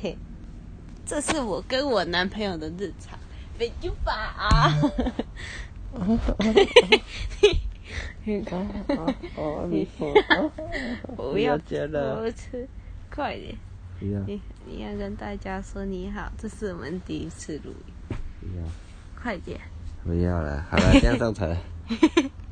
嘿，这是我跟我男朋友的日常。美珠吧啊！哦哦，你说，不要了解了不吃，快点！不要你你要跟大家说你好，这是我们第一次录音，不要快点！不要了，好了，这样上传。